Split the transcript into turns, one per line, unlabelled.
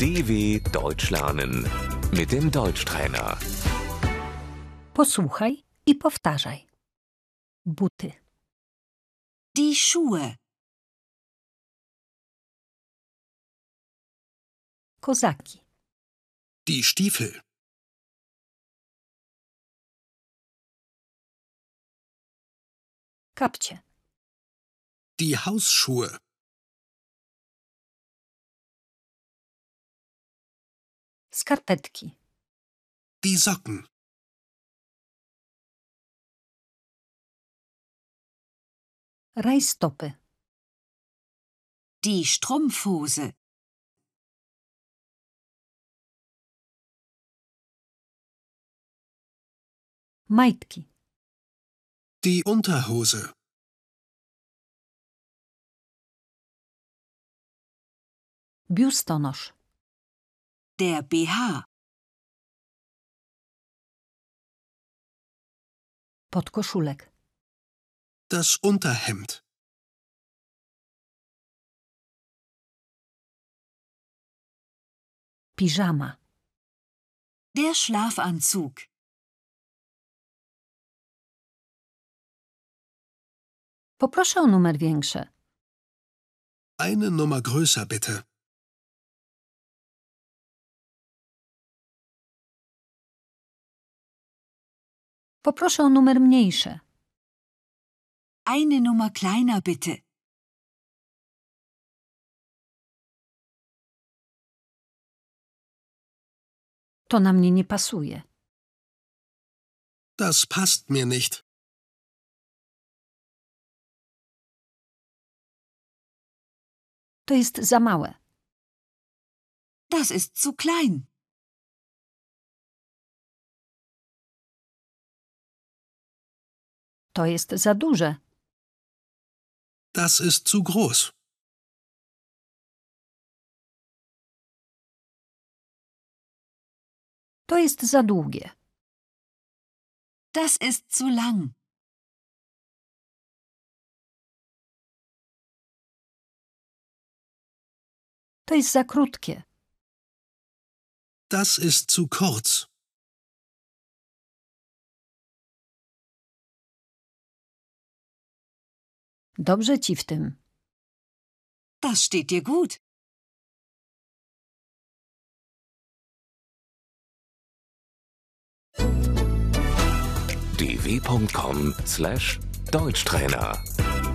DW Deutsch lernen mit dem Deutschtrainer.
Posłuchaj i powtarzaj. Buty,
Die Schuhe,
kozaki,
Die Stiefel.
kapcie,
Die Hausschuhe.
skarpetki,
Die Socken.
rajstopy,
die Strumpfhose,
majtki,
Die Unterhose.
biustonosz,
der BH,
podkoszulek,
Das Unterhemd.
piżama,
der Schlafanzug,
Poproszę o numer większy.
Eine Nummer größer bitte.
Poproszę o numer mniejszy.
eine Nummer kleiner bitte.
To na mnie nie pasuje.
Das passt mir nicht.
To jest za małe.
Das ist zu klein.
To jest za duże.
Das ist zu groß.
To jest za długie.
Das ist zu lang.
To jest za krótkie.
Das ist zu kurz.
Dobrze ci w tym.
Das steht dir gut.
dw.com/deutschtrainer